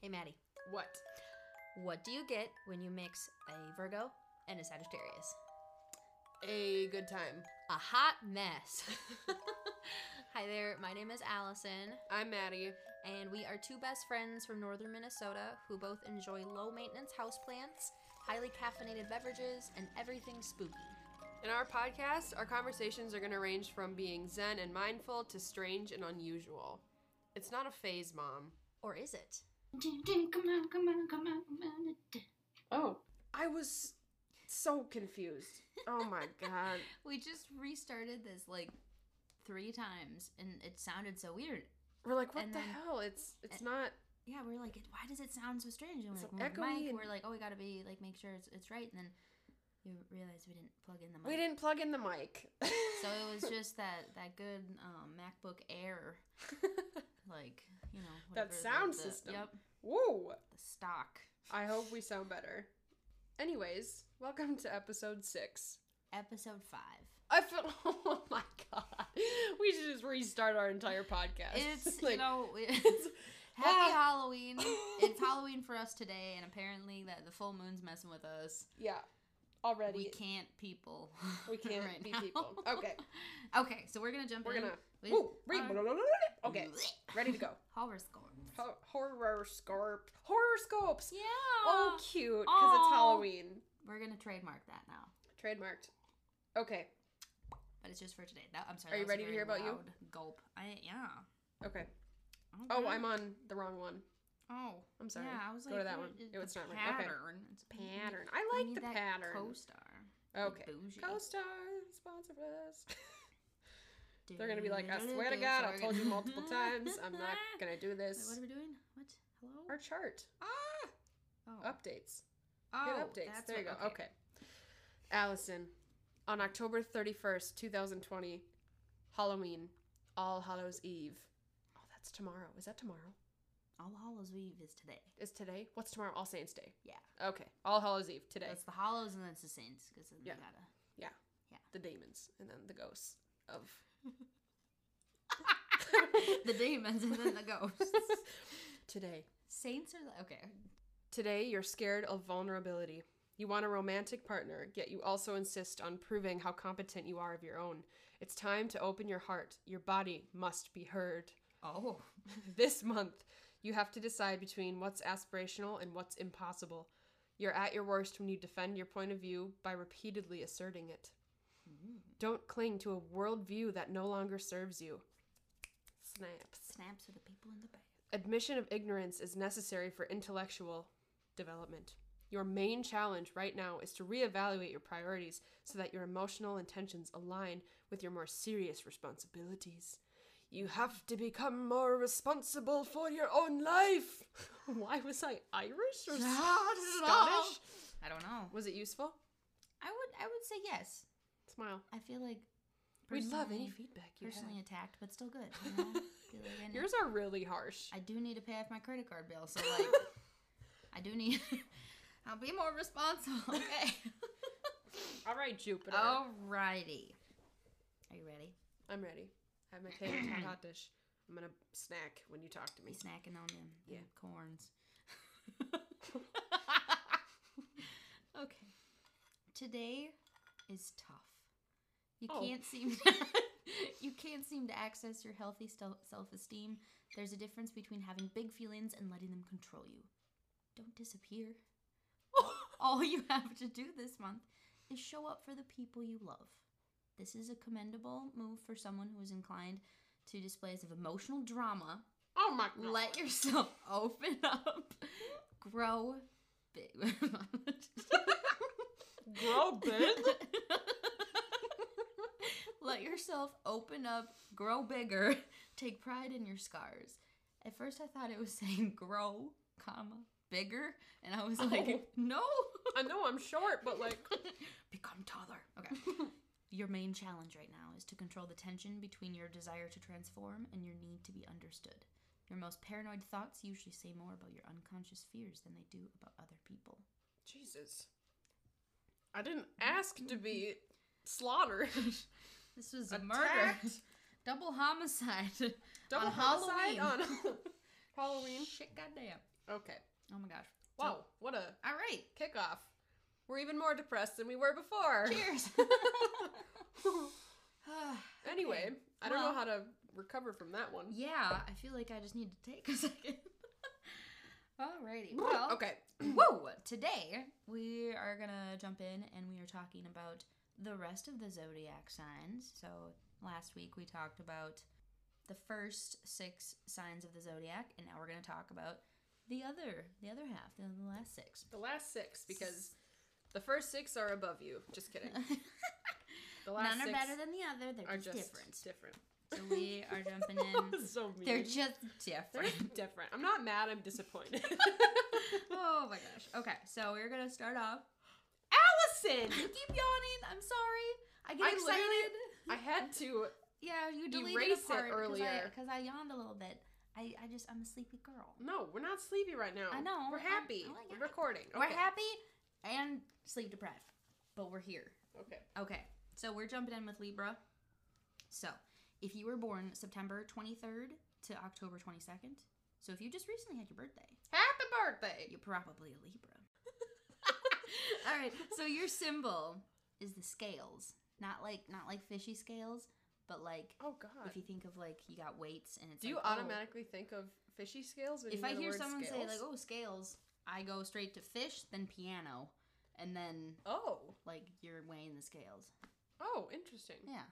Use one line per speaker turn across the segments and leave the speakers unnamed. Hey, Maddie.
What?
What do you get when you mix a Virgo and a Sagittarius?
A good time.
A hot mess. Hi there, my name is Allison,
I'm Maddie.
and we are two best friends from northern Minnesota who both enjoy low maintenance houseplants, highly caffeinated beverages, and everything spooky.
In our podcast, our conversations are going to range from being zen and mindful to strange and unusual. It's not a phase, Mom.
Or is it?
Come on, come on, come on, come on.
Oh. I was so confused. Oh my god.
We just restarted this like three times and it sounded so weird.
We're like, what
And
the
then-
hell? It's it's not
Yeah, we we're like, why does it sound so strange? And we're
It's
like,
echoey
Mike,
and-
we're like, oh, we gotta be like, make sure it's, it's right. And then you realize we didn't plug in the mic.
we didn't plug in the mic.
So it was just that that good um, MacBook Air, like you know whatever the-
sound
the-
system.
Yep,
Woo!
the stock
I hope we sound better. Anyways, welcome to episode six.
episode five.
I feel oh my god. We should just restart our entire podcast.
It's you
Like, ah.
know it's happy Halloween. It's Halloween for us today, and apparently that the full moon's messing with us.
yeah. Already
We can't people.
We can't
right
be
now.
people. Okay.
Okay, so we're gonna jump
We're
in.
gonna.
with
Woo, read.
our Uh,
okay. Ready to go.
horoscope.
Ho- horoscope. Horoscopes.
Yeah.
Oh, cute. Because it's
Aw.
Halloween.
We're gonna trademark that now,
Trademarked. Okay.
but it's just for today. That, I'm sorry. that
Are you
was a
ready to
very
hear about you?
loud Gulp. I yeah.
Okay.
Okay.
Oh, I'm on the wrong one.
Oh,
I'm sorry.
Mm-hmm. Yeah, I was
Go
like,
to that
what
one.
is
It was
the
not right. Okay.
pattern. It's
Pattern. I
we
like
need
the
that
pattern.
Co-star.
okay.
bougie.
CoStar sponsor us. They're gonna be like, I swear to God, I told you multiple times, I'm not gonna do
Wait, what
this.
are we doing? What? Hello?
Our chart
ah! Oh,
updates. Good
oh
updates.
that's
There you go.
what-
Okay. Allison, on October 31st, 2020, Halloween, All Hallows Eve. Oh, that's tomorrow. Is that tomorrow?
All Hallows Eve is today.
Is today? What's tomorrow? All Saints Day.
Yeah.
Okay. All Hallows Eve today.
That's the Hollows and that's the Saints because then
Yeah.
they gotta.
yeah.
Yeah.
The demons and then the ghosts of.
The demons and then the ghosts.
today.
Saints are the. Okay.
Today, you're scared of vulnerability. You want a romantic partner, yet you also insist on proving how competent you are of your own. It's time to open your heart. Your body must be heard.
Oh.
This month, you have to decide between what's aspirational and what's impossible. You're at your worst when you defend your point of view by repeatedly asserting it. Don't cling to a worldview that no longer serves you. Snaps.
Snaps for the people in the back.
Admission of ignorance is necessary for intellectual development. Your main challenge right now is to reevaluate your priorities so that your emotional intentions align with your more serious responsibilities. You have to become more responsible for your own life. Why was I Irish or Scottish?
I don't know.
Was it useful?
I would. I would say yes.
Smile.
I feel like
We'd love any
personally-
feedback you
personally
have.
attacked, but still good. You know? Feel like I, need-
Yours are really harsh.
I do need to pay off my credit card bill, so like, I do need. I'll be more responsible. Okay.
All right, Jupiter.
Oh, Alrighty. Are you ready?
I'm ready. I have my tater tot hot dish. I'm gonna snack when you talk to
Be
me.
snacking on them. Yeah. Corns. okay. Today is tough. You
Oh.
can't seem you can't seem to access your healthy self esteem. There's a difference between having big feelings and letting them control you. Don't disappear. All you have to do this month is show up for the people you love. This is a commendable move for someone who is inclined to displays of emotional drama
Oh my god.
let yourself open up, grow big.
Grow big?
let yourself open up, grow bigger, take pride in your scars. At first, I thought it was saying grow, comma, bigger, and I was like, no,
I know I'm short, but like
become taller. Okay. Your main challenge right now is to control the tension between your desire to transform and your need to be understood. Your most paranoid thoughts usually say more about your unconscious fears than they do about other people.
Jesus. I didn't ask to be slaughtered.
This was a murder. Double homicide.
Double
On
homicide
Halloween.
on Halloween.
Shit, goddamn.
Okay.
Oh my gosh.
Wow, what a
All right.
kickoff. We're even more depressed than we were before.
Cheers.
Anyway, I don't
Well-
know how to recover from that one.
yeah, I feel like I just need to take a second. Alrighty. Well,
Okay.
Whoa! Today we are gonna jump in and we are talking about the rest of the zodiac signs. So last week we talked about the first six signs of the zodiac, and now we're gonna talk about the other, the other half, the, the last six.
The last six, because the first six are above you. Just kidding. The last
None are
six
better than the other. They're
are
just,
just
different.
different.
So we are jumping
That
in.
was so mean.
They're just
They're
different.
just different. I'm not mad. I'm disappointed.
oh my gosh. Okay, so we're gonna start off.
Allison,
I keep yawning. I'm sorry. I get
I literally-
excited.
I had to.
Yeah, you deleted
erased it
a part
earlier.
because I, yawned a little bit. I, I just I'm a sleepy girl.
No, we're not sleepy right now.
I know,
We're
I'm-
happy.
I like
we're
it.
recording.
We're
Okay.
happy and sleep deprived, but we're here.
Okay.
Okay, so we're jumping in with Libra. So, if you were born September 23rd to October 22nd, so if you just recently had your birthday,
Happy birthday.
you're probably a Libra. All right, so your symbol is the scales, not like not like fishy scales, but like
Oh God.
if you think of like you got weights and it's
Do you
like, oh,
automatically think of fishy scales when
if
you
I
the
hear
word
someone say
scales?
like, "Oh, scales," I go straight to fish, then piano, and then
oh,
like you're weighing the scales.
oh, interesting.
Yeah,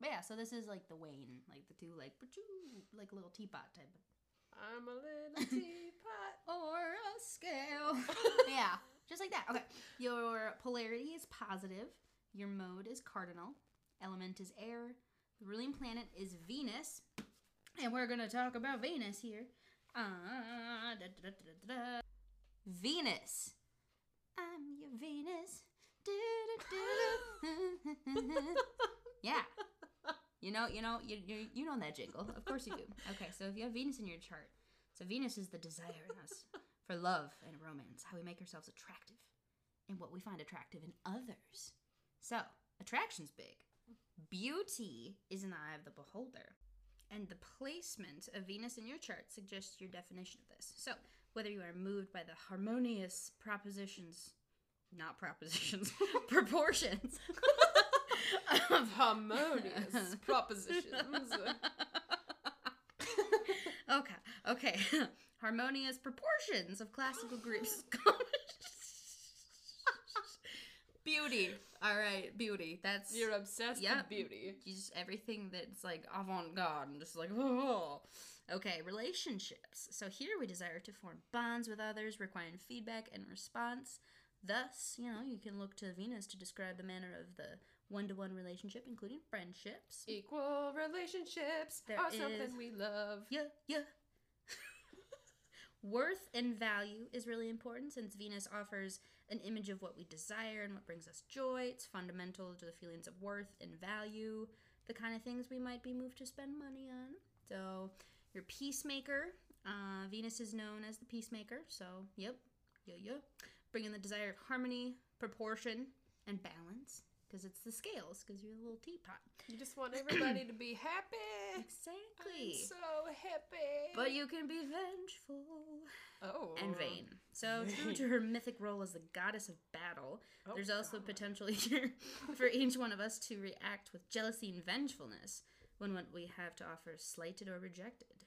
but yeah. So this is like the weighing, like the two like pachoo, like little teapot type. Of,
I'm a little teapot.
or a scale. yeah, just like that. Okay. Your polarity is positive. Your mode is cardinal. Element is air. The ruling planet is Venus, and we're gonna talk about Venus here. Ah, da, da, da, da, da, da. Venus. I'm your Venus. Do, do, do, do. yeah. You know, you know, you, you you know that jingle. Of course you do. Okay, so if you have Venus in your chart, so Venus is the desire in us for love and romance, how we make ourselves attractive, and what we find attractive in others. So attraction's big. Beauty is in the eye of the beholder. And the placement of Venus in your chart suggests your definition of this. So, whether you are moved by the harmonious propositions, not propositions, proportions um, of
Harmonious propositions.
okay, okay. Harmonious proportions of classical Greek sculpture. beauty. All right, beauty. That's
You're obsessed
Yep.
with beauty.
just everything that's like avant-garde and just like oh. Okay, relationships. So here we desire to form bonds with others, requiring feedback and response. Thus, you know, you can look to Venus to describe the manner of the one-to-one relationship, including friendships.
Equal relationships
There
are
is-
something we love.
Yeah, yeah. Worth and value is really important since Venus offers an image of what we desire and what brings us joy. It's fundamental to the feelings of worth and value, the kind of things we might be moved to spend money on. So, your peacemaker, uh, Venus is known as the peacemaker. So, yep, yeah, yeah. Bringing the desire of harmony, proportion, and balance because it's the scales because you're a little teapot.
You just want everybody to be happy. Eh, I'm
Exactly.
so happy.
But you can be vengeful.
oh.
and vain. So, true to her mythic role as the goddess of battle,
Oh,
there's also
God.
potential here for each one of us to react with jealousy and vengefulness when what we have to offer is slighted or rejected.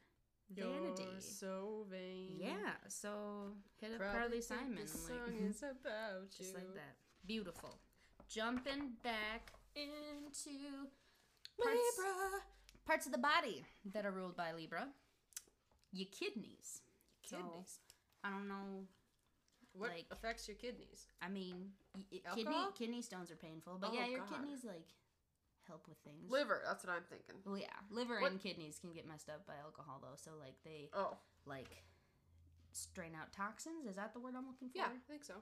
Vanity.
You're so vain.
yeah, so hit up
Mm-hmm.
Carly
Probably think
Simon.
This
like, "Mm-hmm."
song is about you.
just like that. Beautiful. Jumping back into parts-
Libra.
parts of the body that are ruled by Libra. Your kidneys. So,
Kidneys.
I don't know
what
like-
affects your kidneys?
I mean, y- y- kidney
Alcohol?
kidney stones are painful, but
Oh,
yeah, your
God.
kidneys like help with things.
Liver. That's what I'm thinking.
well, yeah, liver
What-
and kidneys can get messed up by alcohol though, so like they
Oh.
like strain out toxins. Is that the word I'm looking for?
Yeah, I think so.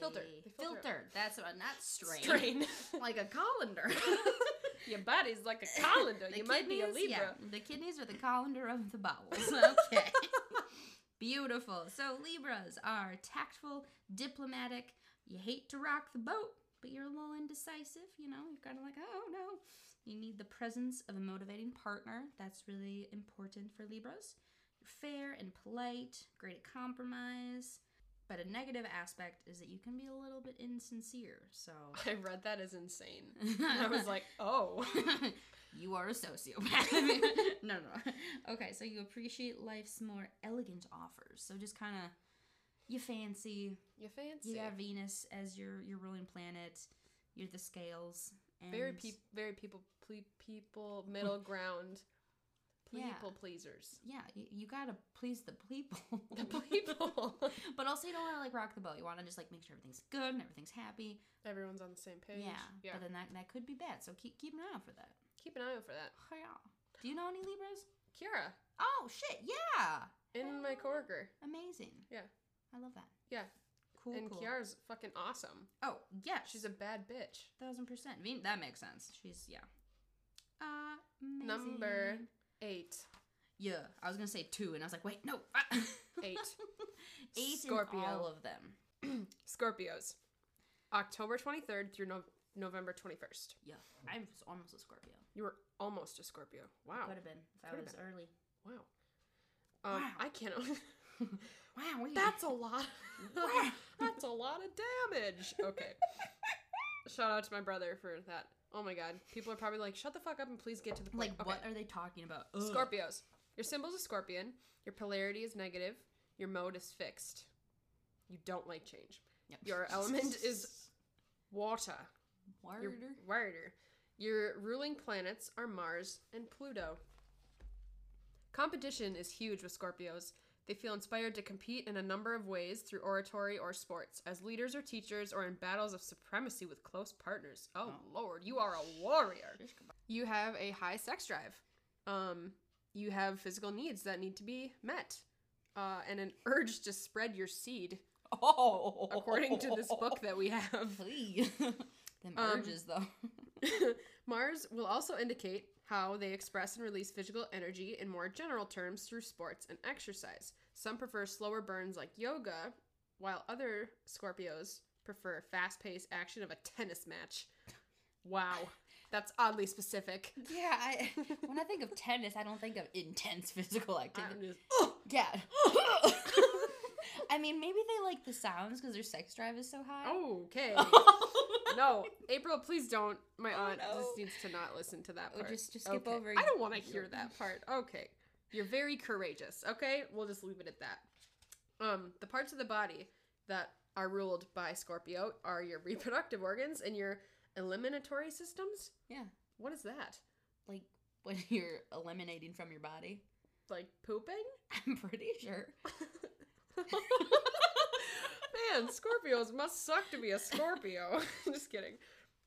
filter.
They-
They filter
filter.
out.
That's what. Not strain.
Strain.
Like a colander.
Your body's like a colander.
The
you might be a
kidneys,
Libra.
yeah, the kidneys are the colander of the bowels. Okay. Beautiful. So Libras are tactful, diplomatic. You hate to rock the boat, but you're a little indecisive. You know, you're kind of like, oh no. You need the presence of a motivating partner. That's really important for Libras. You're fair and polite, great at compromise. But a negative aspect is that you can be a little bit insincere. So
I read that as insane. And I was like, oh.
you are a sociopath. no, no. Okay, so you appreciate life's more elegant offers. So just kind of you fancy.
You fancy.
You got Venus as your your ruling planet. You're the scales. And
Very peop very people ple- people middle ground. People
Yeah.
pleasers.
Yeah, you, you gotta please the people.
The people.
but also you don't want to like rock the boat. You want to just like make sure everything's good and everything's happy.
Everyone's on the same page.
Yeah,
Yeah.
But then that that could be bad. So keep keep an eye out for that.
Keep an eye out for that.
Yeah. Do you know any Libras?
Kiara
Oh shit! Yeah.
in my coworker.
Amazing.
Yeah.
I love that.
Yeah.
Cool.
and
cool.
Kiara's fucking awesome.
Oh yeah, she's
She's a bad bitch.
a thousand percent. I mean, that makes sense. She's yeah. Uh,
Number
amazing.
eight.
Yeah, I was gonna say two, and I was like, wait, no.
Eight.
Eight Scorpio.
Scorpio.
all of them.
Scorpios. October 23rd through no- November 21st.
Yeah, I was almost a Scorpio.
You were almost a Scorpio. Wow.
Could have been if I
Oh. Coulda
was
been.
early.
Wow. Um,
Wow.
I can't.
Wow, we-
That's a lot. That's a lot of damage. Okay. Shout out to my brother for that. Oh my god. People are probably like, shut the fuck up and please get to the
like
point. Okay.
what are they talking about? Ugh.
Scorpios. Your symbol's a scorpion. Your polarity is negative. Your mode is fixed. You don't like change.
Yep.
Your element is water.
water.
Your, water. Your ruling planets are Mars and Pluto. Competition is huge with Scorpios. They feel inspired to compete in a number of ways through oratory or sports, as leaders or teachers, or in battles of supremacy with close partners. Oh, lord, you are a warrior.
Shish kebab.
You have a high sex drive. Um, you have physical needs that need to be met, uh, and an urge to spread your seed,
Oh,
according to this book that we have.
Flee. Them
Um,
urges though.
Mars will also indicate how they express and release physical energy in more general terms through sports and exercise. Some prefer slower burns like yoga, while other Scorpios prefer fast paced action of a tennis match. Wow, that's oddly specific.
yeah, I, when I think of tennis, I don't think of intense physical activity.
I'm just-
Yeah. I mean, maybe they like the sounds because their sex drive is so high.
Oh, okay. No, April, please don't. My aunt
no.
just needs to not listen to that
Oh,
part.
just- just skip
Okay.
over
I don't want to
your-
hear that part. Okay. You're very courageous. Okay, we'll just leave it at that. Um, the parts of the body that are ruled by Scorpio are your reproductive organs and your eliminatory systems.
yeah,
What is that?
like when you're eliminating from your body.
Like pooping?
I'm pretty sure.
Man, Scorpios must suck to be a Scorpio. just kidding.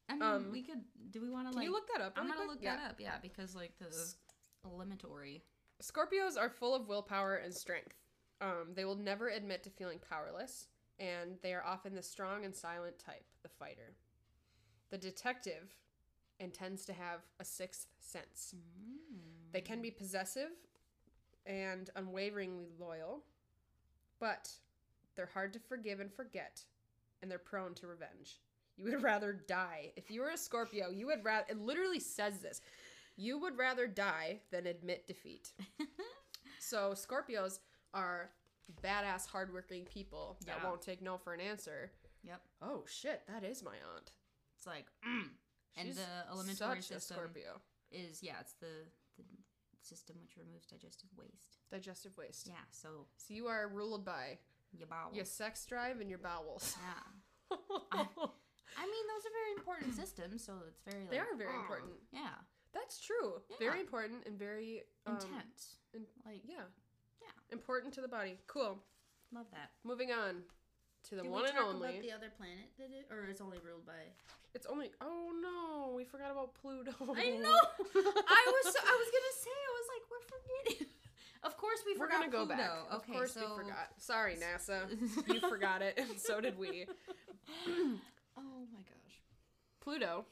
I mean,
Um,
we could. Do we want to
Can
like?
you look that up?
I'm
really
gonna
quick?
look
Yeah.
that up. Yeah, because like the
S-
eliminatory.
Scorpios are full of willpower and strength. Um, they will never admit to feeling powerless, and they are often the strong and silent type, the fighter. The detective and tends to have a sixth sense. They can be possessive and unwaveringly loyal, but they're hard to forgive and forget, and they're prone to revenge. You would rather die. If you were a Scorpio, you would rather. It literally says this. You would rather die than admit defeat.
Mm.
So Scorpios are badass, hardworking people that
Yeah.
won't take no for an answer.
Yep.
Oh shit, that is my aunt.
It's like, mm. and
She's
the eliminatory
such a
system
Scorpio.
is yeah, it's the the system which removes digestive waste.
Digestive waste.
Yeah, so
So you are ruled by
your bowels.
your sex drive and your bowels.
Yeah. I mean, those are very important systems, so it's very. Like,
They are very
oh,
important.
Yeah.
That's true.
Yeah.
Very important and very um,
Intense.
in-
like,
Yeah.
Yeah.
Important to the body. Cool.
love that.
Moving on to the
Did
one
we
and
talk
only.
about the other planet that it, or it's only ruled by?
It's only. Oh no, we forgot about Pluto.
I know. I was so, I was gonna say I was like we're forgetting. Of course we
We're
forgot
gonna go
Pluto.
back.
Okay,
of course
so
we forgot. Sorry, NASA. you forgot it, and so did we.
Oh my gosh.
Pluto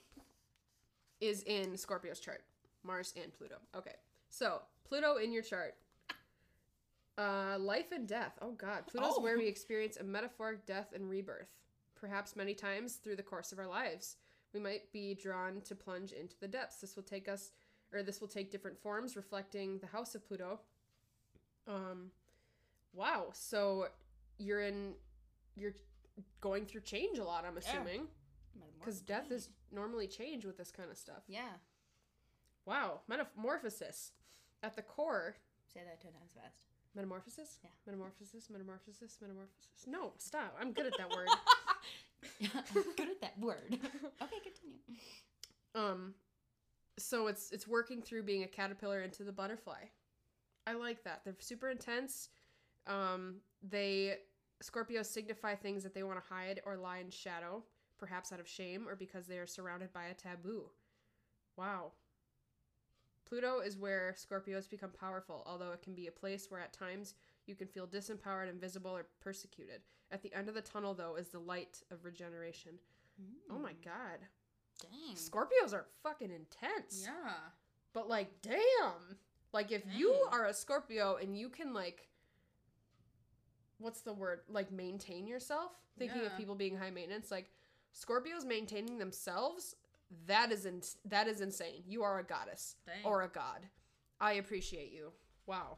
is in Scorpio's chart. Mars and Pluto. Okay. So, Pluto in your chart. Uh, life and death. Oh, God. Pluto's
Oh.
where we experience a metaphoric death and rebirth, perhaps many times through the course of our lives. We might be drawn to plunge into the depths. This will take us, or this will take different forms, reflecting the house of Pluto Um, wow. So you're in, you're going through change a lot. I'm assuming because death is normally change with this kind of stuff.
Yeah.
Wow, metamorphosis. At the core,
Say that ten times fast.
metamorphosis.
Yeah.
Metamorphosis. Metamorphosis. Metamorphosis. No, stop. I'm good at that word.
I'm good at that word. Okay, continue.
Um, so it's it's working through being a caterpillar into the butterfly. I like that. They're super intense. Um, they Scorpios signify things that they want to hide or lie in shadow, perhaps out of shame or because they are surrounded by a taboo. Wow. Pluto is where Scorpios become powerful, although it can be a place where at times you can feel disempowered, invisible, or persecuted. At the end of the tunnel, though, is the light of regeneration. Oh my
Mm.
god.
Dang.
Scorpios are fucking intense.
Hmm. Yeah.
But like, damn. Like if you
Dang.
are a Scorpio and you can like what's the word? Like maintain yourself. Thinking of
Yeah.
people being high maintenance, like Scorpios maintaining themselves, that is in- that is insane. You are a goddess
Dang.
or a god. I appreciate you. Wow.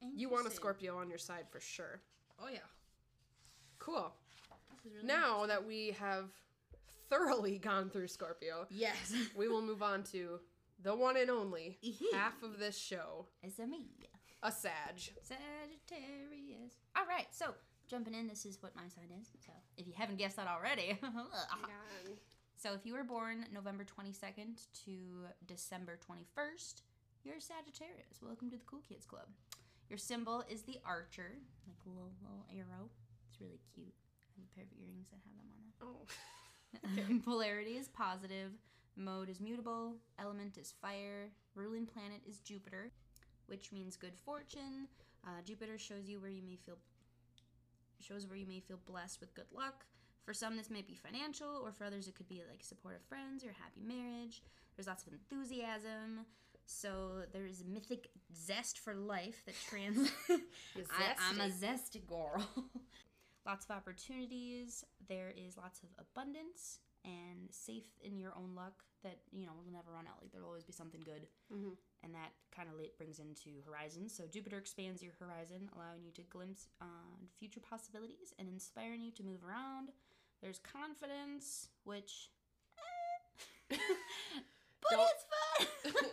You want a Scorpio on your side for sure.
Oh yeah.
Cool.
This is really
Now that we have thoroughly gone through Scorpio,
Yes.
we will move on to the one and only half of this show,
It's a me.
a Sag.
Sagittarius. All right. So jumping in, this is what my sign is. So if you haven't guessed that already,
Oh
so if you were born November twenty second to December twenty first, you're a Sagittarius. Welcome to the Cool Kids Club. Your symbol is the archer, like a little little arrow. It's really cute. I have a pair of earrings that have them on them.
Oh.
Polarity is positive, mode is mutable, element is fire, ruling planet is Jupiter, which means good fortune. Uh, Jupiter shows you where you may feel shows where you may feel blessed with good luck. For some, this may be financial, or for others, it could be like supportive friends or happy marriage. There's lots of enthusiasm. So there is mythic zest for life that trans. I, I'm a zesty girl. lots of opportunities. There is lots of abundance and safe in your own luck that you know will never run out. Like there'll always be something good,
Mhm.
and that kind of late brings into horizons. So Jupiter expands your horizon, allowing you to glimpse uh, future possibilities and inspiring you to move around. There's confidence, which. eh, but
Don't-
it's fun.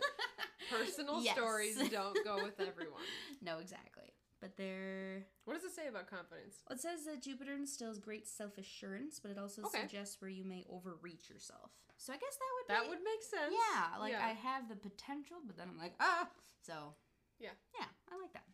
Personal
Yes.
stories don't go with everyone.
no, exactly. But there
What does it say about confidence?
Well, it says that Jupiter instills great self assurance, but it also
Okay.
suggests where you may overreach yourself. So I guess that would
That
be,
would make sense.
yeah, like I
Yeah.
have the potential, but then I'm like ah, so
Yeah.
yeah, I like that.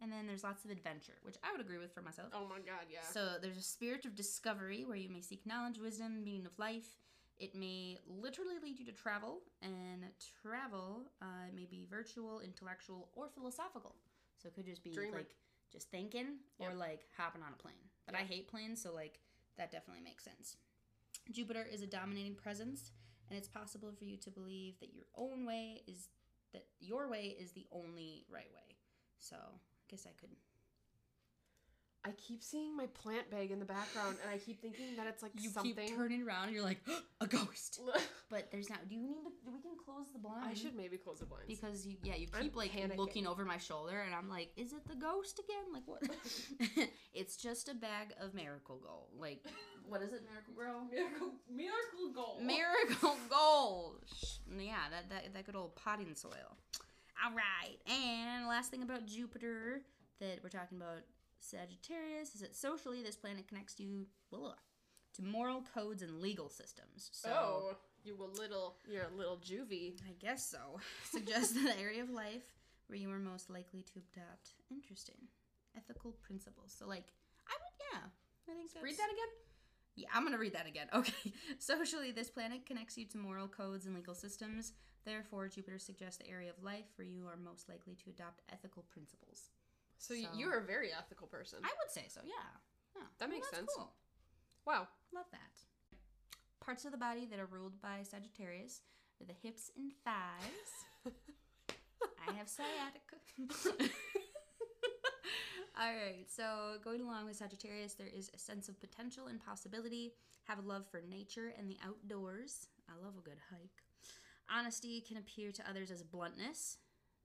And then there's lots of adventure, which I would agree with for myself.
Oh my god, yeah.
So there's a spirit of discovery where you may seek knowledge, wisdom, meaning of life. It may literally lead you to travel, and travel uh, may be virtual, intellectual, or philosophical. So it could just be
Dreamer.
like just thinking or
Yep.
like hopping on a plane. But I hate planes, so like that definitely makes sense. Jupiter is a dominating presence, and it's possible for you to believe that your own way is that your way is the only right way. So I guess I could.
I keep seeing my plant bag in the background and I keep thinking that it's like
You
something.
keep turning around, and you're like a ghost. But there's not. Do you need to? We can close the blind.
I should maybe close the blinds.
because you yeah you
I'm
keep like
panicking.
looking over my shoulder and I'm like, is it the ghost again? Like what? it's just a bag of miracle gold. Like what is it? Miracle Grow.
miracle, miracle goal.
Miracle gold. Sh- Yeah, that that that good old potting soil. All right, and last thing about Jupiter that we're talking about Sagittarius is that socially this planet connects you blah, blah, blah, to moral codes and legal systems. So
oh, you a little, you're a little juvie.
I guess so. Suggests the area of life where you are most likely to adopt. Interesting. Ethical principles. So, like, I would, yeah. I think that's.
Read that again.
Yeah, I'm gonna read that again. Okay. Socially, this planet connects you to moral codes and legal systems. Therefore, Jupiter suggests the area of life where you are most likely to adopt ethical principles.
So, y
So-
you're a very ethical person.
I would say so, yeah. yeah.
That makes
that's
sense.
Cool.
wow.
Love that. Parts of the body that are ruled by Sagittarius are the hips and thighs. I have sciatica. All right, so going along with Sagittarius, there is a sense of potential and possibility, have a love for nature and the outdoors. I love a good hike. Honesty can appear to others as bluntness.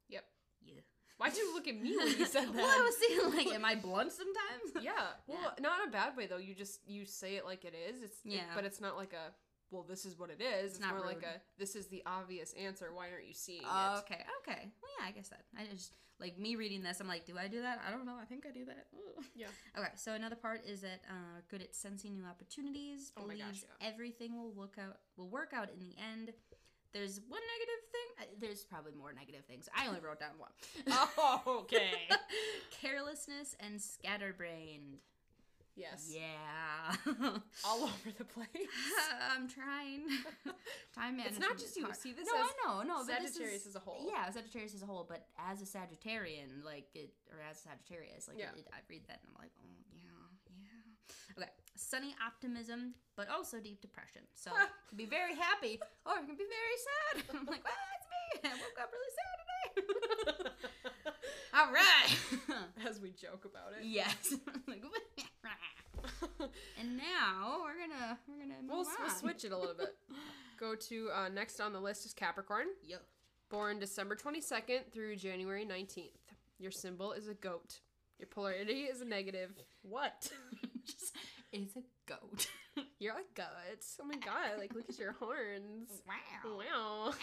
Yep.
Yeah.
Why'd you look at me when you said that?
well, I was saying, like, am I blunt sometimes?
yeah. Well, not in a bad way though. You just you say it like it is. It's it-
Yeah.
but it's not like a well, this is what it is. It's,
not
more like
rude.
a this is the obvious answer. Why aren't you seeing
Oh,
it?
okay, okay. Well, yeah, I guess that. I just like me reading this. I'm like, do I do that? I don't know. I think I do that. Ugh.
Yeah.
Okay. So another part is that uh, good at sensing new opportunities.
Oh my
Believes
gosh, yeah.
everything will look out will work out in the end. There's one negative thing. uh, There's probably more negative things. I only wrote down one.
Oh, okay.
Carelessness and scatterbrained.
Yes.
Yeah.
All over the place.
I'm trying. Time management.
it's not just
is
you.
hard.
See this
No,
as
I know, no, but this
Sagittarius
is,
as a whole.
Yeah, Sagittarius as a whole, but as a Sagittarian, like it, or as Sagittarius, like
Yeah.
it, I read that and I'm like, oh yeah, yeah. Okay, sunny optimism, but also deep depression. So you can be very happy, or you can be very sad. I'm like, well, that's me. I woke up really sad today. All right.
As we joke about it.
yes. Like, and now we're gonna we're gonna move
we'll, s-
on.
we'll switch it a little bit. Go to uh, next on the list is Capricorn,
Yo.
born December 22nd through January 19th. Your symbol is a goat. Your polarity is a negative. What?
Just, it's a goat.
You're a goat. Oh my god, like look at your horns.
wow.
Wow.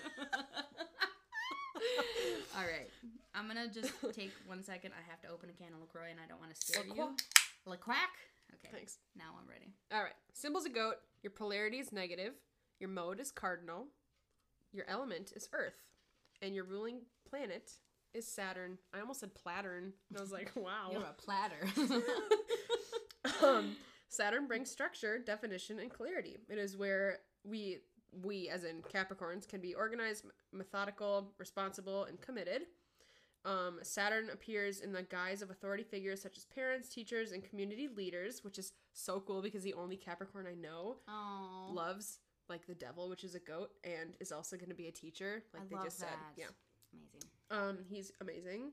All right. I'm going to just take one second. I have to open a can of LaCroix and I don't want to scare
La
you. La quack. Okay.
Thanks.
Now I'm ready.
All right. Symbol's a goat. Your polarity is negative. Your mode is cardinal. Your element is earth. And your ruling planet is Saturn. I almost said Plattern. I was like, wow.
You're a platter.
um, Saturn brings structure, definition, and clarity. It is where we, we as in Capricorns, can be organized, methodical, responsible, and committed. Um, Saturn appears in the guise of authority figures such as parents, teachers, and community leaders, which is so cool because the only Capricorn I know
oh.
loves like the devil, which is a goat, and is also going to be a teacher, like
I
they
love
just
that.
said. Yeah.
Amazing.
Um, he's amazing.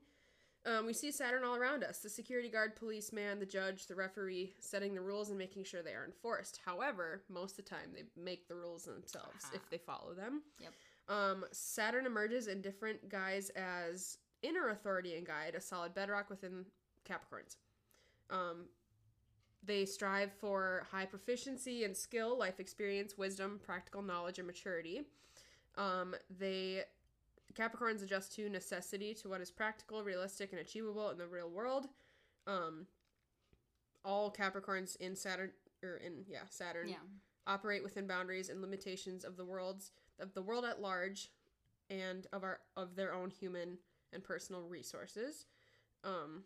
Um, we see Saturn all around us the security guard, policeman, the judge, the referee, setting the rules and making sure they are enforced. However, most of the time they make the rules themselves
Aha.
if they follow them.
Yep.
Um, Saturn emerges in different guise as inner authority and guide, a solid bedrock within Capricorns. Um, they strive for high proficiency and skill, life experience, wisdom, practical knowledge, and maturity. Um, they Capricorns adjust to necessity to what is practical, realistic, and achievable in the real world. Um, all Capricorns in Saturn or in yeah Saturn
Yeah.
operate within boundaries and limitations of the world's of the world at large, and of our of their own human and personal resources. Um,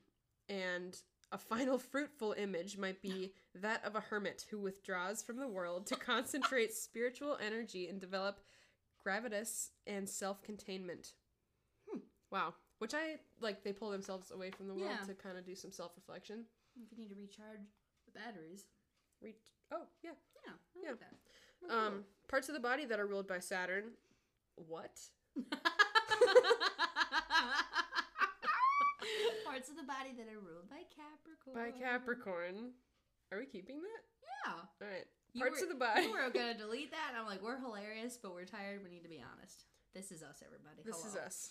and a final fruitful image might be that of a hermit who withdraws from the world to concentrate spiritual energy and develop gravitas and self-containment. Hmm. Wow, which I like. They pull themselves away from the world
Yeah.
to kind of do some self-reflection.
If you need to recharge the batteries.
Re- oh yeah,
Yeah. I
Yeah.
like that.
Um, parts of the body that are ruled by Saturn. What?
Parts of the body that are ruled by Capricorn.
By Capricorn. Are we keeping that?
Yeah.
All right.
You
Parts
were-
of the body.
We were gonna delete that, and I'm like, we're hilarious, but we're tired. We need to be honest. This is us, everybody.
This is
Hello.
us.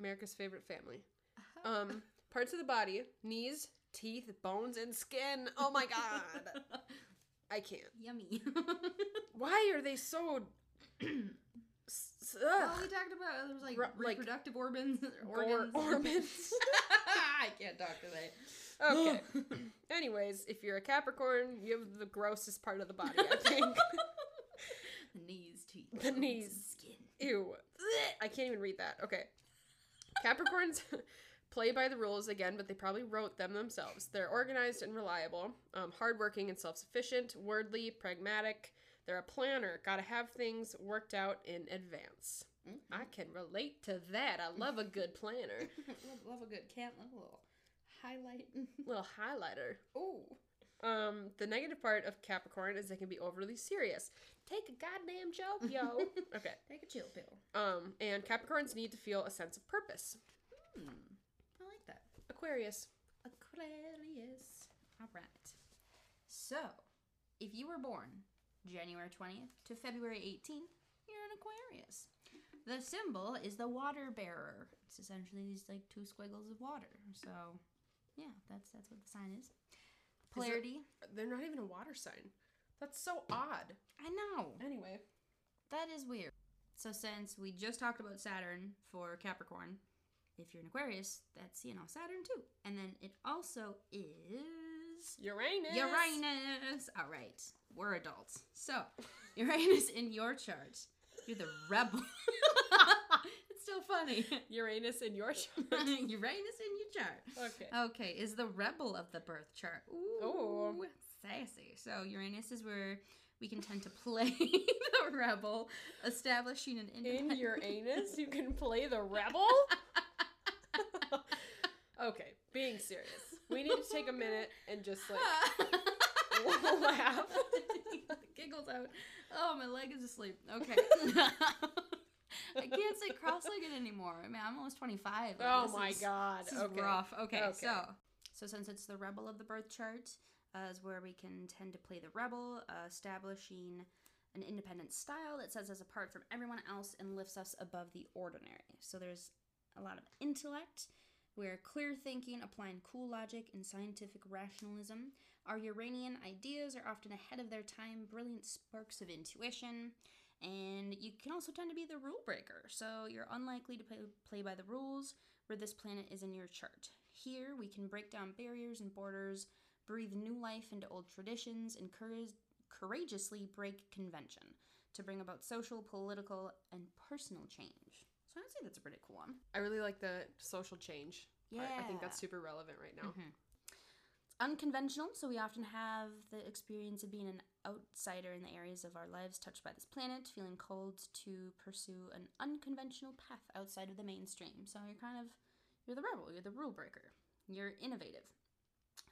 America's favorite family. Um, parts of the body: knees, teeth, bones, and skin. Oh my god, I can't.
Yummy.
Why are they so? s- s-
well,
ugh.
we talked about there was like
Ru- like-
reproductive organs,
Gore-
organs.
organs.
I can't talk today.
Okay. Anyways, if you're a Capricorn, you have the grossest part of the body. I think.
The knees, teeth,
The
bones,
knees.
and skin.
Ew. I can't even read that. Okay. Capricorns play by the rules again, but they probably wrote them themselves. They're organized and reliable, um, hardworking and self sufficient, wordly, pragmatic. They're a planner, gotta have things worked out in advance. I can relate to that. I love a good planner.
love, love a good cat. Love a little highlight.
Little highlighter.
oh,
Um, the negative part of Capricorn is they can be overly serious. Take a goddamn joke, yo. okay.
take a chill pill.
Um, and Capricorns need to feel a sense of purpose.
Hmm. I like that.
Aquarius.
Aquarius. All right. So, if you were born January 20th to February 18th, you're an Aquarius.
The symbol is the water bearer. It's essentially these like two squiggles of water. So, yeah, that's that's what the sign is. Polarity.
They're not even a water sign. That's so odd.
I know.
Anyway,
That is weird.
So since we just talked about Saturn for Capricorn, if you're an Aquarius, that's you know Saturn too. And then it also is
Uranus.
Uranus. All right, we're adults. So Uranus in your chart, you're the rebel. it's still funny.
Uranus in your chart.
Uranus in your chart.
okay.
Okay, is the rebel of the birth chart. Ooh,
Ooh.
sassy. So Uranus is where we can tend to play the rebel, establishing an
in
independent.
Uranus, you can play the rebel. okay, being serious, we need to take a minute and just like laugh.
Giggles out. Oh, my leg is asleep. Okay. I can't say cross-legged anymore. I mean, I'm almost 25. like,
Oh
this
my
is-
god.
This is
okay.
rough. Okay,
Okay.
so so since it's the rebel of the birth chart, uh, is where we can tend to play the rebel, uh, establishing an independent style that sets us apart from everyone else and lifts us above the ordinary. So there's a lot of intellect. We're clear thinking, applying cool logic and scientific rationalism. Our Uranian ideas are often ahead of their time, brilliant sparks of intuition. And you can also tend to be the rule breaker, so you're unlikely to play, play by the rules where this planet is in your chart. Here, we can break down barriers and borders, breathe new life into old traditions, and courage, courageously break convention to bring about social, political, and personal change. So I'd say that's a pretty cool one.
I really like the social change. part. I think that's
Yeah.
super relevant right now.
Mhm. It's unconventional, so we often have the experience of being an outsider in the areas of our lives touched by this planet, feeling called to pursue an unconventional path outside of the mainstream. So you're kind of you're the rebel, you're the rule breaker, you're innovative.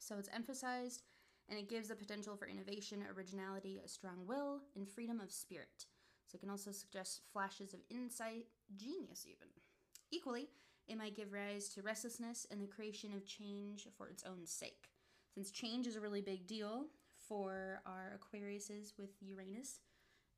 So it's emphasized and it gives the potential for innovation, originality, a strong will, and freedom of spirit. So it can also suggest flashes of insight, genius even. Equally, it might give rise to restlessness and the creation of change for its own sake. Since change is a really big deal for our Aquariuses with Uranus,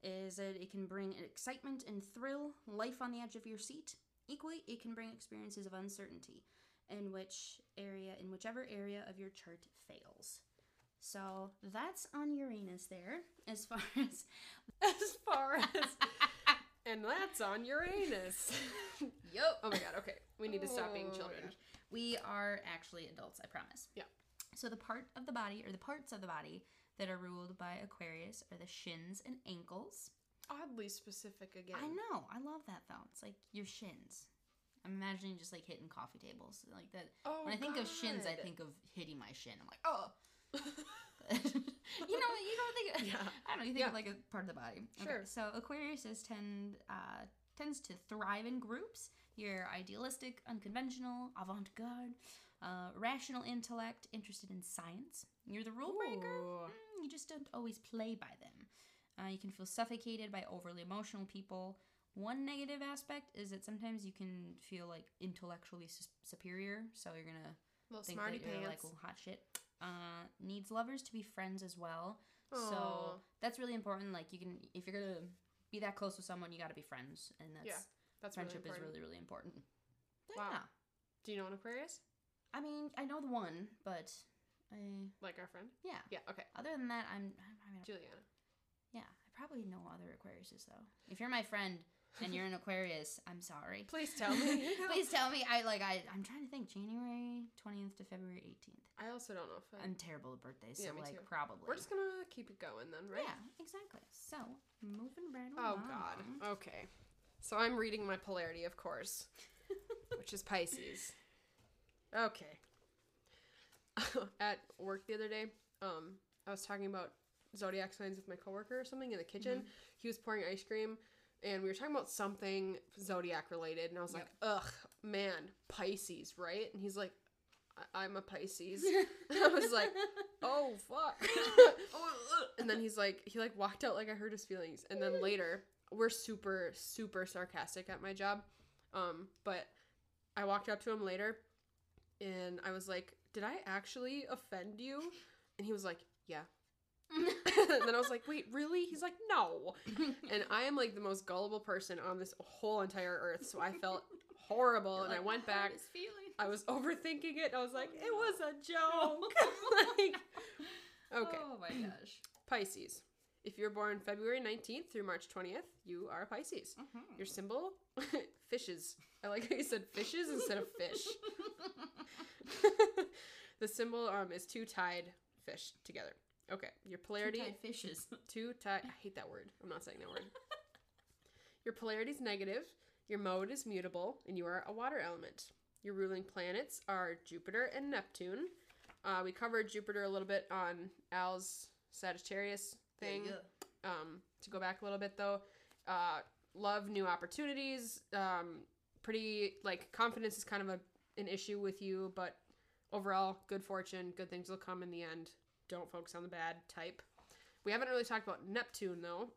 is that it can bring excitement and thrill, life on the edge of your seat. Equally, it can bring experiences of uncertainty in which area in whichever area of your chart fails. So that's on Uranus there as far as Mm-hmm.
As far as and that's on Uranus.
Yo
oh my god. Okay, we need to stop being
Oh,
children.
yeah. We are actually adults, I promise.
Yeah.
So the part of the body or the parts of the body that are ruled by Aquarius are the shins and ankles.
Oddly specific again.
I know. I love that though. It's like your shins. I'm imagining just like hitting coffee tables like that.
Oh,
when I think of shins, I
God.
think of hitting my shin. I'm like, oh. you know, you don't think.
Yeah.
I don't. know, You think
Yeah.
of like a part of the body.
Sure.
So Aquarius is tend uh, tends to thrive in groups. You're idealistic, unconventional, avant-garde, uh, rational intellect, interested in science. You're the rule breaker.
Ooh.
Mm, you just don't always play by them. Uh, you can feel suffocated by overly emotional people. One negative aspect is that sometimes you can feel like intellectually sus- superior, so you're gonna
Little
think
smarty
that you're like
pants.
well, hot shit. Uh, needs lovers to be friends as well.
Aw.
So that's really important. Like you can, if you're gonna be that close with someone, you got to be friends, and that's
Yeah, that's really
friendship
important.
is really really important.
Wow.
Yeah,
Do you know an Aquarius?
I mean I know the one, but I
Like our friend?
yeah.
Yeah. Okay.
Other than that, I'm I mean,
Juliana.
yeah. I probably know other Aquariuses though. If you're my friend and you're an Aquarius, I'm sorry.
Please tell me.
Please tell me. I like I I'm trying to think. January twentieth to February eighteenth.
I also don't know if I,
I'm terrible at birthdays, so
Yeah, me
like
too.
probably.
we're just gonna keep it going then, right?
Yeah, exactly. So moving right
Oh
along.
God. Okay. So I'm reading my polarity, of course, which is Pisces. Okay. At work the other day, um, I was talking about zodiac signs with my coworker or something in the kitchen. He was pouring ice cream, and we were talking about something zodiac related, and I was like, "Ugh, man, Pisces, right?" And he's like, I- "I'm a Pisces." I was like, oh fuck and then he's like he like walked out like i hurt his feelings and then later we're super super sarcastic at my job um but i walked up to him later and i was like did i actually offend you and he was like yeah and then I was like, wait, really? He's like, no. And I am like the most gullible person on this whole entire earth. So I felt horrible. and I went back.
feeling.
I was overthinking it. I was like,
Oh,
it
no.
was a joke. like, okay.
Oh my gosh.
Pisces. If you're born February 19th through March 20th, you are a Pisces.
Mm-hmm.
Your symbol? fishes. I like how you said fishes instead of fish. the symbol um, is two tied fish together. Okay. Your polarity.
Two-tied fishes.
Two tied. I hate that word. I'm not saying that word. Your polarity is negative. Your mode is mutable, and you are a water element. Your ruling planets are Jupiter and Neptune. Uh, we covered Jupiter a little bit on Al's Sagittarius thing. Um, to go back a little bit though, uh, love new opportunities. Um, pretty like confidence is kind of a an issue with you, but overall, good fortune, good things will come in the end. Don't focus on the bad type. We haven't really talked about Neptune though.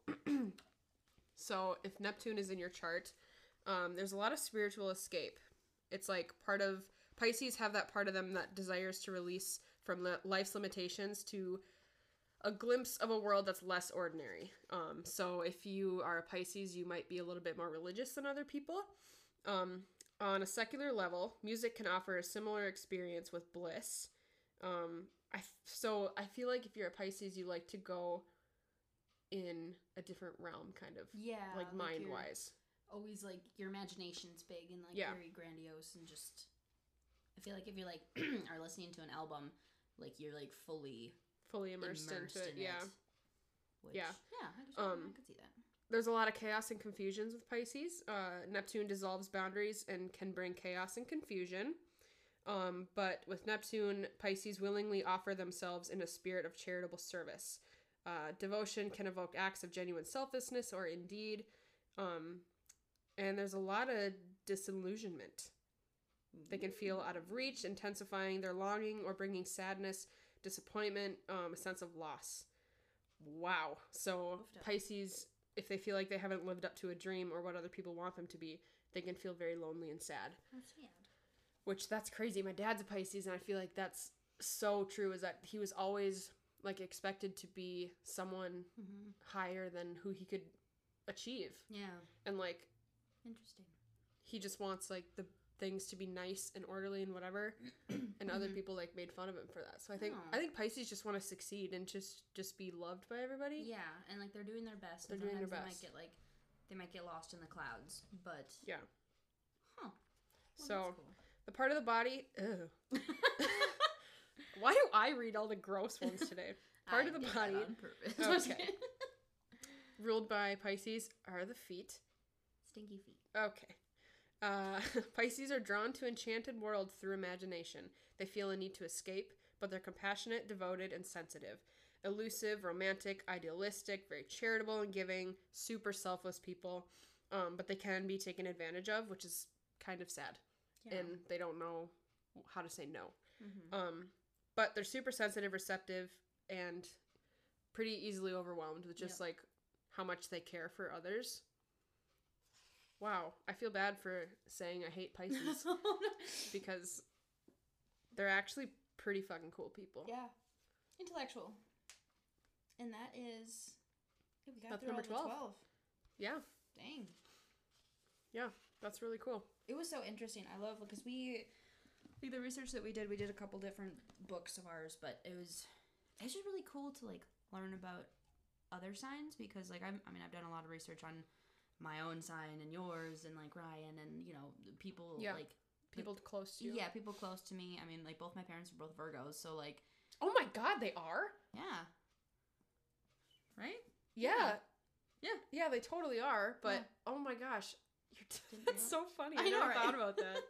so if Neptune is in your chart, um, there's a lot of spiritual escape. It's like part of Pisces have that part of them that desires to release from li- life's limitations to a glimpse of a world that's less ordinary. Um, so if you are a Pisces, you might be a little bit more religious than other people. Um, on a secular level, music can offer a similar experience with bliss. Um, I f- so I feel like if you're a Pisces, you like to go in a different realm, kind of
Yeah.
Um, like mind
you're
wise.
Always like your imagination's big and like
Yeah.
very grandiose and just. I feel like if you're like are listening to an album, like you're like fully
fully immersed,
immersed,
into it.
in
yeah.
it. Which,
Yeah.
I could, I
Um,
could see that.
There's a lot of chaos and confusions with Pisces. Uh, Neptune dissolves boundaries and can bring chaos and confusion. Um, but with Neptune, Pisces willingly offer themselves in a spirit of charitable service. Uh, devotion can evoke acts of genuine selflessness or indeed. Um, and there's a lot of disillusionment. They can feel out of reach, intensifying their longing or bringing sadness, disappointment, um, a sense of loss. Wow. So,
Oof, duh.
Pisces, if they feel like they haven't lived up to a dream or what other people want them to be, they can feel very lonely and sad. Which that's crazy. My dad's a Pisces, and I feel like that's so true is that he was always like expected to be someone
hmm
higher than who he could achieve.
Yeah.
And like,
Interesting.
he just wants like the things to be nice and orderly and whatever and other
Mhm.
people like made fun of him for that so i think
Oh.
i think pisces just want to succeed and just just be loved by everybody
Yeah, and like they're doing their best. and
They're doing their
sometimes
best.
They might get like they might get lost in the clouds, but
Yeah.
Huh. Well, that's
so
cool.
the part of the body ugh. why do i read all the gross ones today part
I
of the
did that
body-
on purpose.
Okay. ruled by pisces are the feet
Stinky feet.
Okay. Uh, Pisces are drawn to enchanted worlds through imagination. They feel a need to escape, but they're compassionate, devoted, and sensitive. Elusive, romantic, idealistic, very charitable and giving, super selfless people. Um, but they can be taken advantage of, which is kind of sad.
Yeah.
And they don't know how to say no.
Mhm.
Um, but they're super sensitive, receptive, and pretty easily overwhelmed with just
Yeah.
like how much they care for others. Wow, I feel bad for saying I hate Pisces because they're actually pretty fucking cool people.
yeah. Intellectual. And that is we got
That's
through
number
all
12.
the 12.
Yeah,
Dang.
that's really cool.
It was so interesting. I love because we like the research that we did, we did a couple different books of ours, but it was it's just really cool to like learn about other signs because like I'm, I mean I've done a lot of research on my own sign and yours and like Ryan and you know the people
Yeah.
like
People close to you.
yeah people close to me. I mean like both my parents were both Virgos, so like
Oh my god, they are?
yeah, right?
Yeah.
Yeah.
Yeah, they totally are. But
Yeah.
oh my gosh, you're
Didn't
that's so funny. I, never thought about that.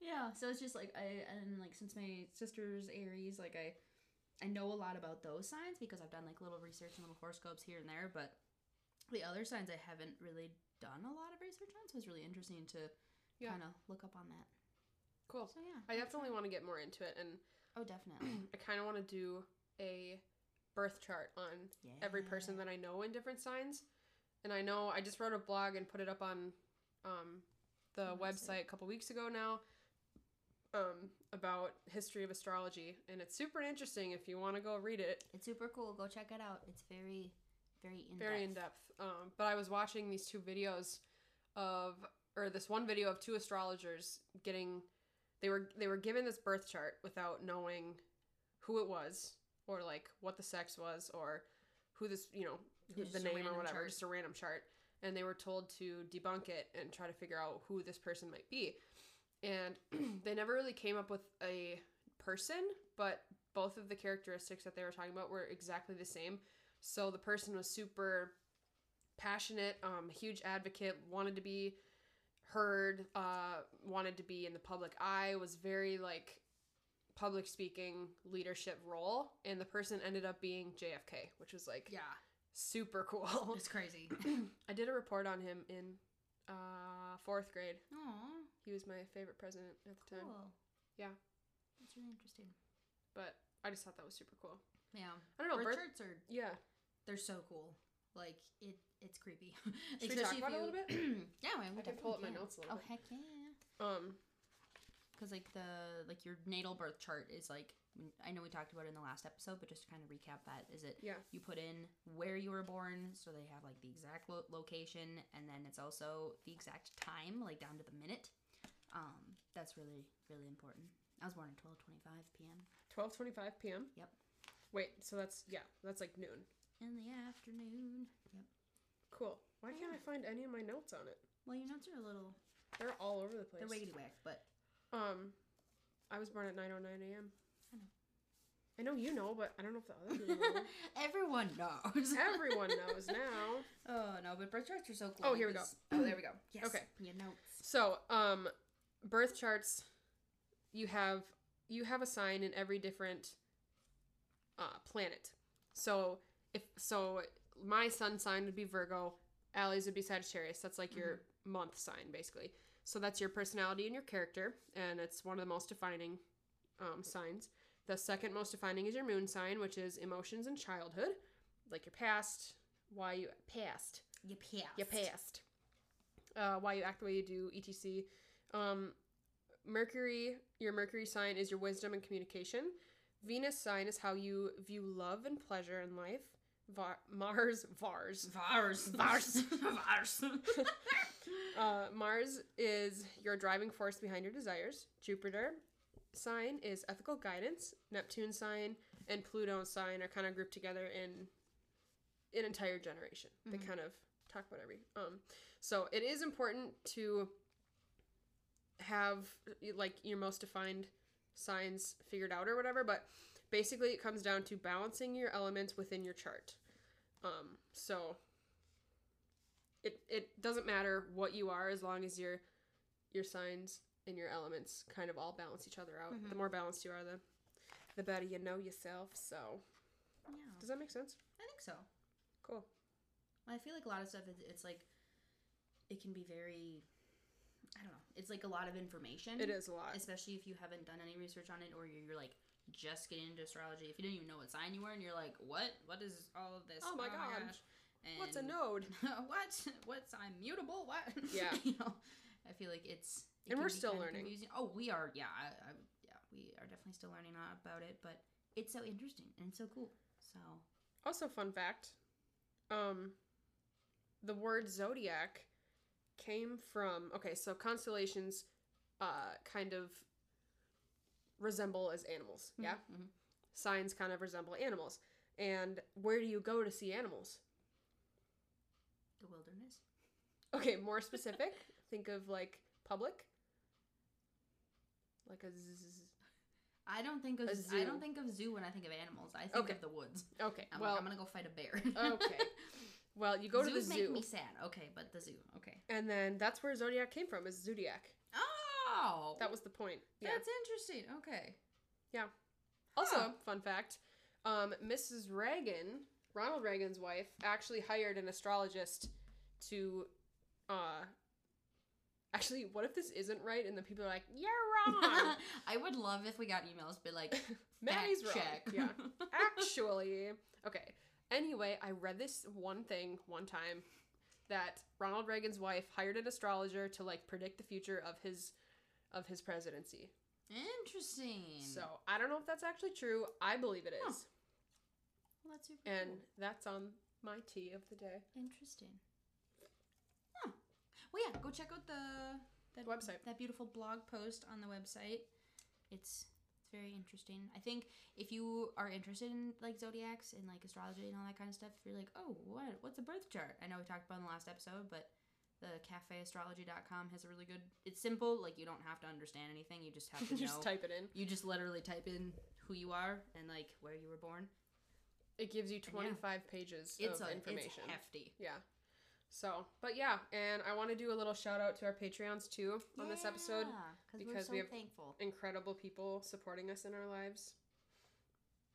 yeah, so it's just like I and like since my sister's Aries, like I I know a lot about those signs because I've done like little research and little horoscopes here and there, but the other signs I haven't really done a lot of research on, so it's really interesting to
Yeah.
kind of look up on that.
Cool.
So yeah.
I definitely want to get more into it and
Oh, definitely.
I kind of want to do a birth chart on
Yeah.
every person that I know in different signs. And I know I just wrote a blog and put it up on um, the
The website.
website a couple weeks ago now. um, about history of astrology, and it's super interesting if you want to go read it.
It's super cool. Go check it out. It's very, very in
very in depth. Um, but I was watching these two videos of, or this one video of two astrologers getting, they were they were given this birth chart without knowing who it was or like what the sex was or who this you know who,
Just
the
a
name or
random
whatever,
chart.
just a random chart, and they were told to debunk it and try to figure out who this person might be, and they never really came up with a person, but both of the characteristics that they were talking about were exactly the same. So the person was super passionate, um, huge advocate, wanted to be heard, uh, wanted to be in the public eye, was very like public speaking leadership role, and the person ended up being JFK, which was like
Yeah,
super cool.
it's crazy.
I did a report on him in uh, fourth grade.
Aw,
He was my favorite president at the time,
cool.
Yeah.
That's really interesting.
but I just thought that was super cool.
Yeah,
I don't know,
birth
birth.
charts are
Yeah,
they're so cool. Like it, it's creepy.
Should we talk about it a little
yeah, well, we
I can
definitely
pull up my
can.
notes a little
Oh
bit.
heck yeah!
Um,
Because like the like your natal birth chart is like I know we talked about it in the last episode, but just to kind of recap that is it
Yeah.
you put in where you were born, so they have like the exact lo- location, and then it's also the exact time, like down to the minute. Um, that's really really important. I was born at twelve twenty five p.m.
twelve twenty-five p.m.
Yep.
Wait, so that's yeah, that's like noon.
in the afternoon. Yep.
Cool. Why can't I find any of my notes on it?
Well, your notes are a little
They're all over the place.
they're wiggity whack, but
Um, I was born at 9:09 a.m.
I know.
I know you know, but I don't know if the other people know.
everyone knows.
Mm-hmm. Everyone knows now.
Oh no, but birth charts are so cool.
Oh, here we go.
because- Oh, there we go. Yes.
Okay.
Your notes.
So, um, birth charts, you have you have a sign in every different uh, planet. So if so, my sun sign would be Virgo. Allie's would be Sagittarius. That's like your month sign, basically. So that's your personality and your character, and it's one of the most defining um, signs. The second most defining is your moon sign, which is emotions and childhood, like your past, why you past,
Your past.
your past. Uh, why you act the way you do, etc. Um, Mercury, your Mercury sign is your wisdom and communication. Venus sign is how you view love and pleasure in life. Var- Mars, Vars.
Vars, vars, vars.
Uh, Mars is your driving force behind your desires. Jupiter sign is ethical guidance. Neptune sign and Pluto sign are kind of grouped together in an entire generation. They kind of talk about every. Um, so it is important to have like your most defined signs figured out or whatever. But basically, it comes down to balancing your elements within your chart. Um, so it it doesn't matter what you are as long as your your signs and your elements kind of all balance each other out. The more balanced you are, the the better you know yourself. So
Yeah.
does that make sense?
I think so.
Cool.
I feel like a lot of stuff. It's, it's like it can be very. I don't know. It's like a lot of information.
It is a lot.
Especially if you haven't done any research on it, or you're, you're like just getting into astrology. If you didn't even know what sign you were, and you're like, "What? What is all of this?
Oh my God.
And
What's a node?
what? What's I'm mutable? What?
Yeah.
you know, I feel like it's. it
And
can be
we're still
kinda
learning.
confusing. Oh, we are. Yeah, I, I, yeah, we are definitely still learning a- about it, but it's so interesting and so cool. So
Also, fun fact, um, the word zodiac came from okay, so constellations, uh, kind of resemble as animals. Yeah,
mhm.
signs kind of resemble animals. And where do you go to see animals?
the wilderness.
Okay, more specific. think of like public, like a. Z-
I don't think of
A
I
zoo.
don't think of zoo when I think of animals. I think
Okay.
of the woods.
okay,
I'm
well,
like, I'm gonna go fight a bear.
okay. Well, you go to the
Zoos make
zoo,
me sad. Okay, but the zoo. Okay.
and then that's where zodiac came from. Is zodiac.
Oh,
That was the point. Yeah.
that's interesting. Okay.
Also,
Huh.
fun fact um, Mrs. Reagan, Ronald Reagan's wife, actually hired an astrologist to. Uh, actually, what if this isn't right? And the people are like, you're wrong.
I would love if we got emails, but like,
Maddie's
fact
wrong.
check.
Yeah. Actually. Okay. Anyway, I read this one thing one time that Ronald Reagan's wife hired an astrologer to like predict the future of his of his presidency.
Interesting.
So I don't know if that's actually true. I believe it
Huh.
is.
Well, that's super
And
cool.
that's on my tea of the day.
Interesting.
Well, yeah, go check out the that
Website.
That beautiful blog post on the website. It's it's very interesting. I think if you are interested in like zodiacs and like astrology and all that kind of stuff, if you're like, oh, what what's a birth chart? I know we talked about it in the last episode, but the cafeastrology.com has a really good. It's simple. Like you don't have to understand anything. You just have to know.
Just type it in.
you just literally type in who you are and like where you were born.
It gives you 25 pages
It's
of
a,
information.
it's hefty.
yeah. So, but yeah, and I want to do a little shout out to our Patreons too on this episode.
because we're
because
so
we have-
thankful,
Incredible people supporting us in our lives.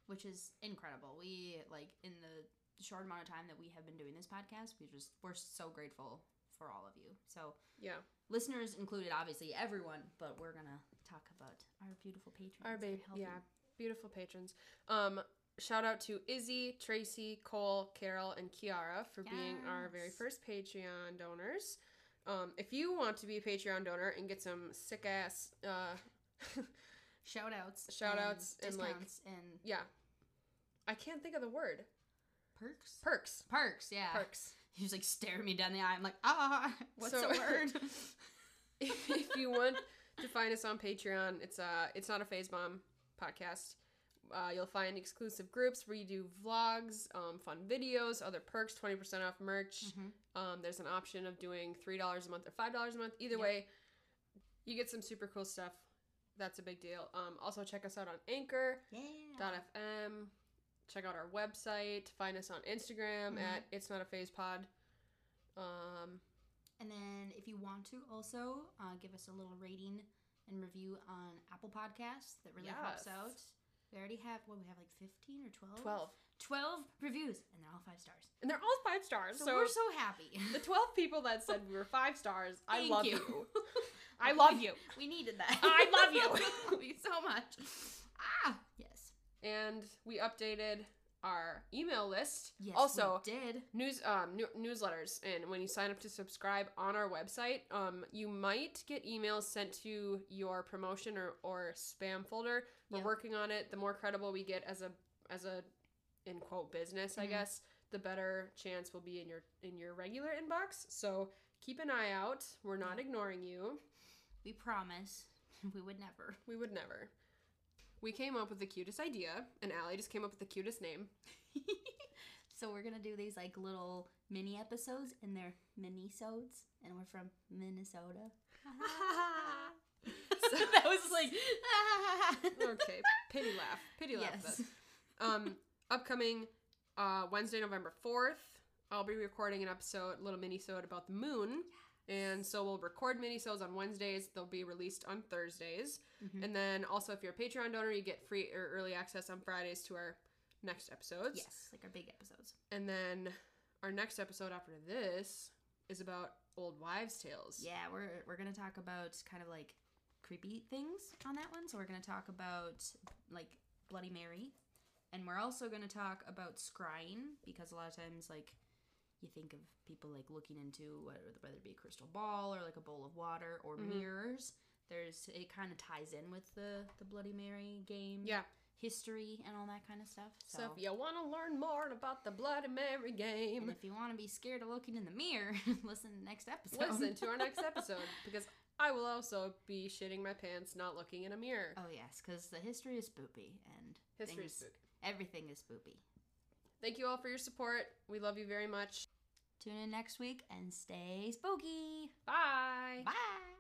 which is incredible. We like in the short amount of time that we have been doing this podcast, we just we're so grateful for all of you. So
Yeah.
listeners included, obviously everyone, but we're gonna talk about our beautiful patrons.
Our
for
babe,
helping.
yeah, beautiful patrons. Um, shout out to Izzy, Tracy, Cole, Carol, and Kiara for being our very
Yes.
first Patreon donors. Um, if you want to be a Patreon donor and get some sick ass, uh,
shout outs,
Shout outs and, like-
discounts and
yeah, I can't think of the word
perks.
perks.
Perks, yeah.
Perks.
He was like staring me down the eye. I'm like, ah, what's
So-
the word?
if, if you want to find us on Patreon, it's uh, it's not a phase bomb podcast. Uh, you'll find exclusive groups where you do vlogs, um, fun videos, other perks, twenty percent off merch.
Mhm.
Um, there's an option of doing three dollars a month or five dollars a month. Either
Yep.
way, you get some super cool stuff. That's a big deal. Um, also check us out on Anchor.fm.
Yeah.
Check out our website. Find us on Instagram
Mhm.
at It's Not a Phase Pod. Um,
And then if you want to also uh, give us a little rating and review on Apple Podcasts, that really helps
Yes.
out. We already have what we have like 15 or 12?
twelve,
12 reviews and they're all 5 stars.
and they're all five stars.
So,
So,
we're so happy.
the twelve people that said we were five stars, I
Thank
love you.
you.
I love you.
we needed that.
I love you.
Love you so much. Ah, yes.
And we updated our email list.
Yes.
also,
we did.
news um, new- newsletters and when you sign up to subscribe on our website um, you might get emails sent to your promotion or, or spam folder we're
Yeah.
working on it the more credible we get as a as a in quote business i
Mhm.
guess the better chance will be in your in your regular inbox so keep an eye out we're not ignoring you
We promise we would never.
we would never we came up with the cutest idea and Allie just came up with the cutest name
so we're gonna do these like little mini episodes, and they're mini-sodes, and we're from Minnesota. so that was like
okay pity laugh pity laugh but-
yes,
um upcoming uh wednesday november 4th i'll be recording an episode little mini sode about the moon and so we'll record mini sodes on wednesdays they'll be released on thursdays
Mhm.
and then also if you're a patreon donor you get free or early access on fridays to our next episodes
yes, like our big episodes.
and then our next episode after this is about old wives tales
Yeah, we're we're gonna talk about kind of like creepy things on that one. So we're gonna talk about like Bloody Mary, and we're also gonna talk about scrying because a lot of times like you think of people like looking into whether whether it be a crystal ball or like a bowl of water or
Mhm.
mirrors. There's it kind of ties in with the the Bloody Mary game.
yeah
History and all that kind of stuff. So,
so if you want to learn more about the bloody mary
and
game
if you want to be scared of looking in the mirror, listen to next episode.
listen to our next episode because I will also be shitting my pants not looking in a mirror.
Oh yes, because the history is spoopy and
History is
things-
spooky.
Everything is spoopy.
Thank you all for your support. We love you very much.
Tune in next week and stay spooky.
Bye.
Bye.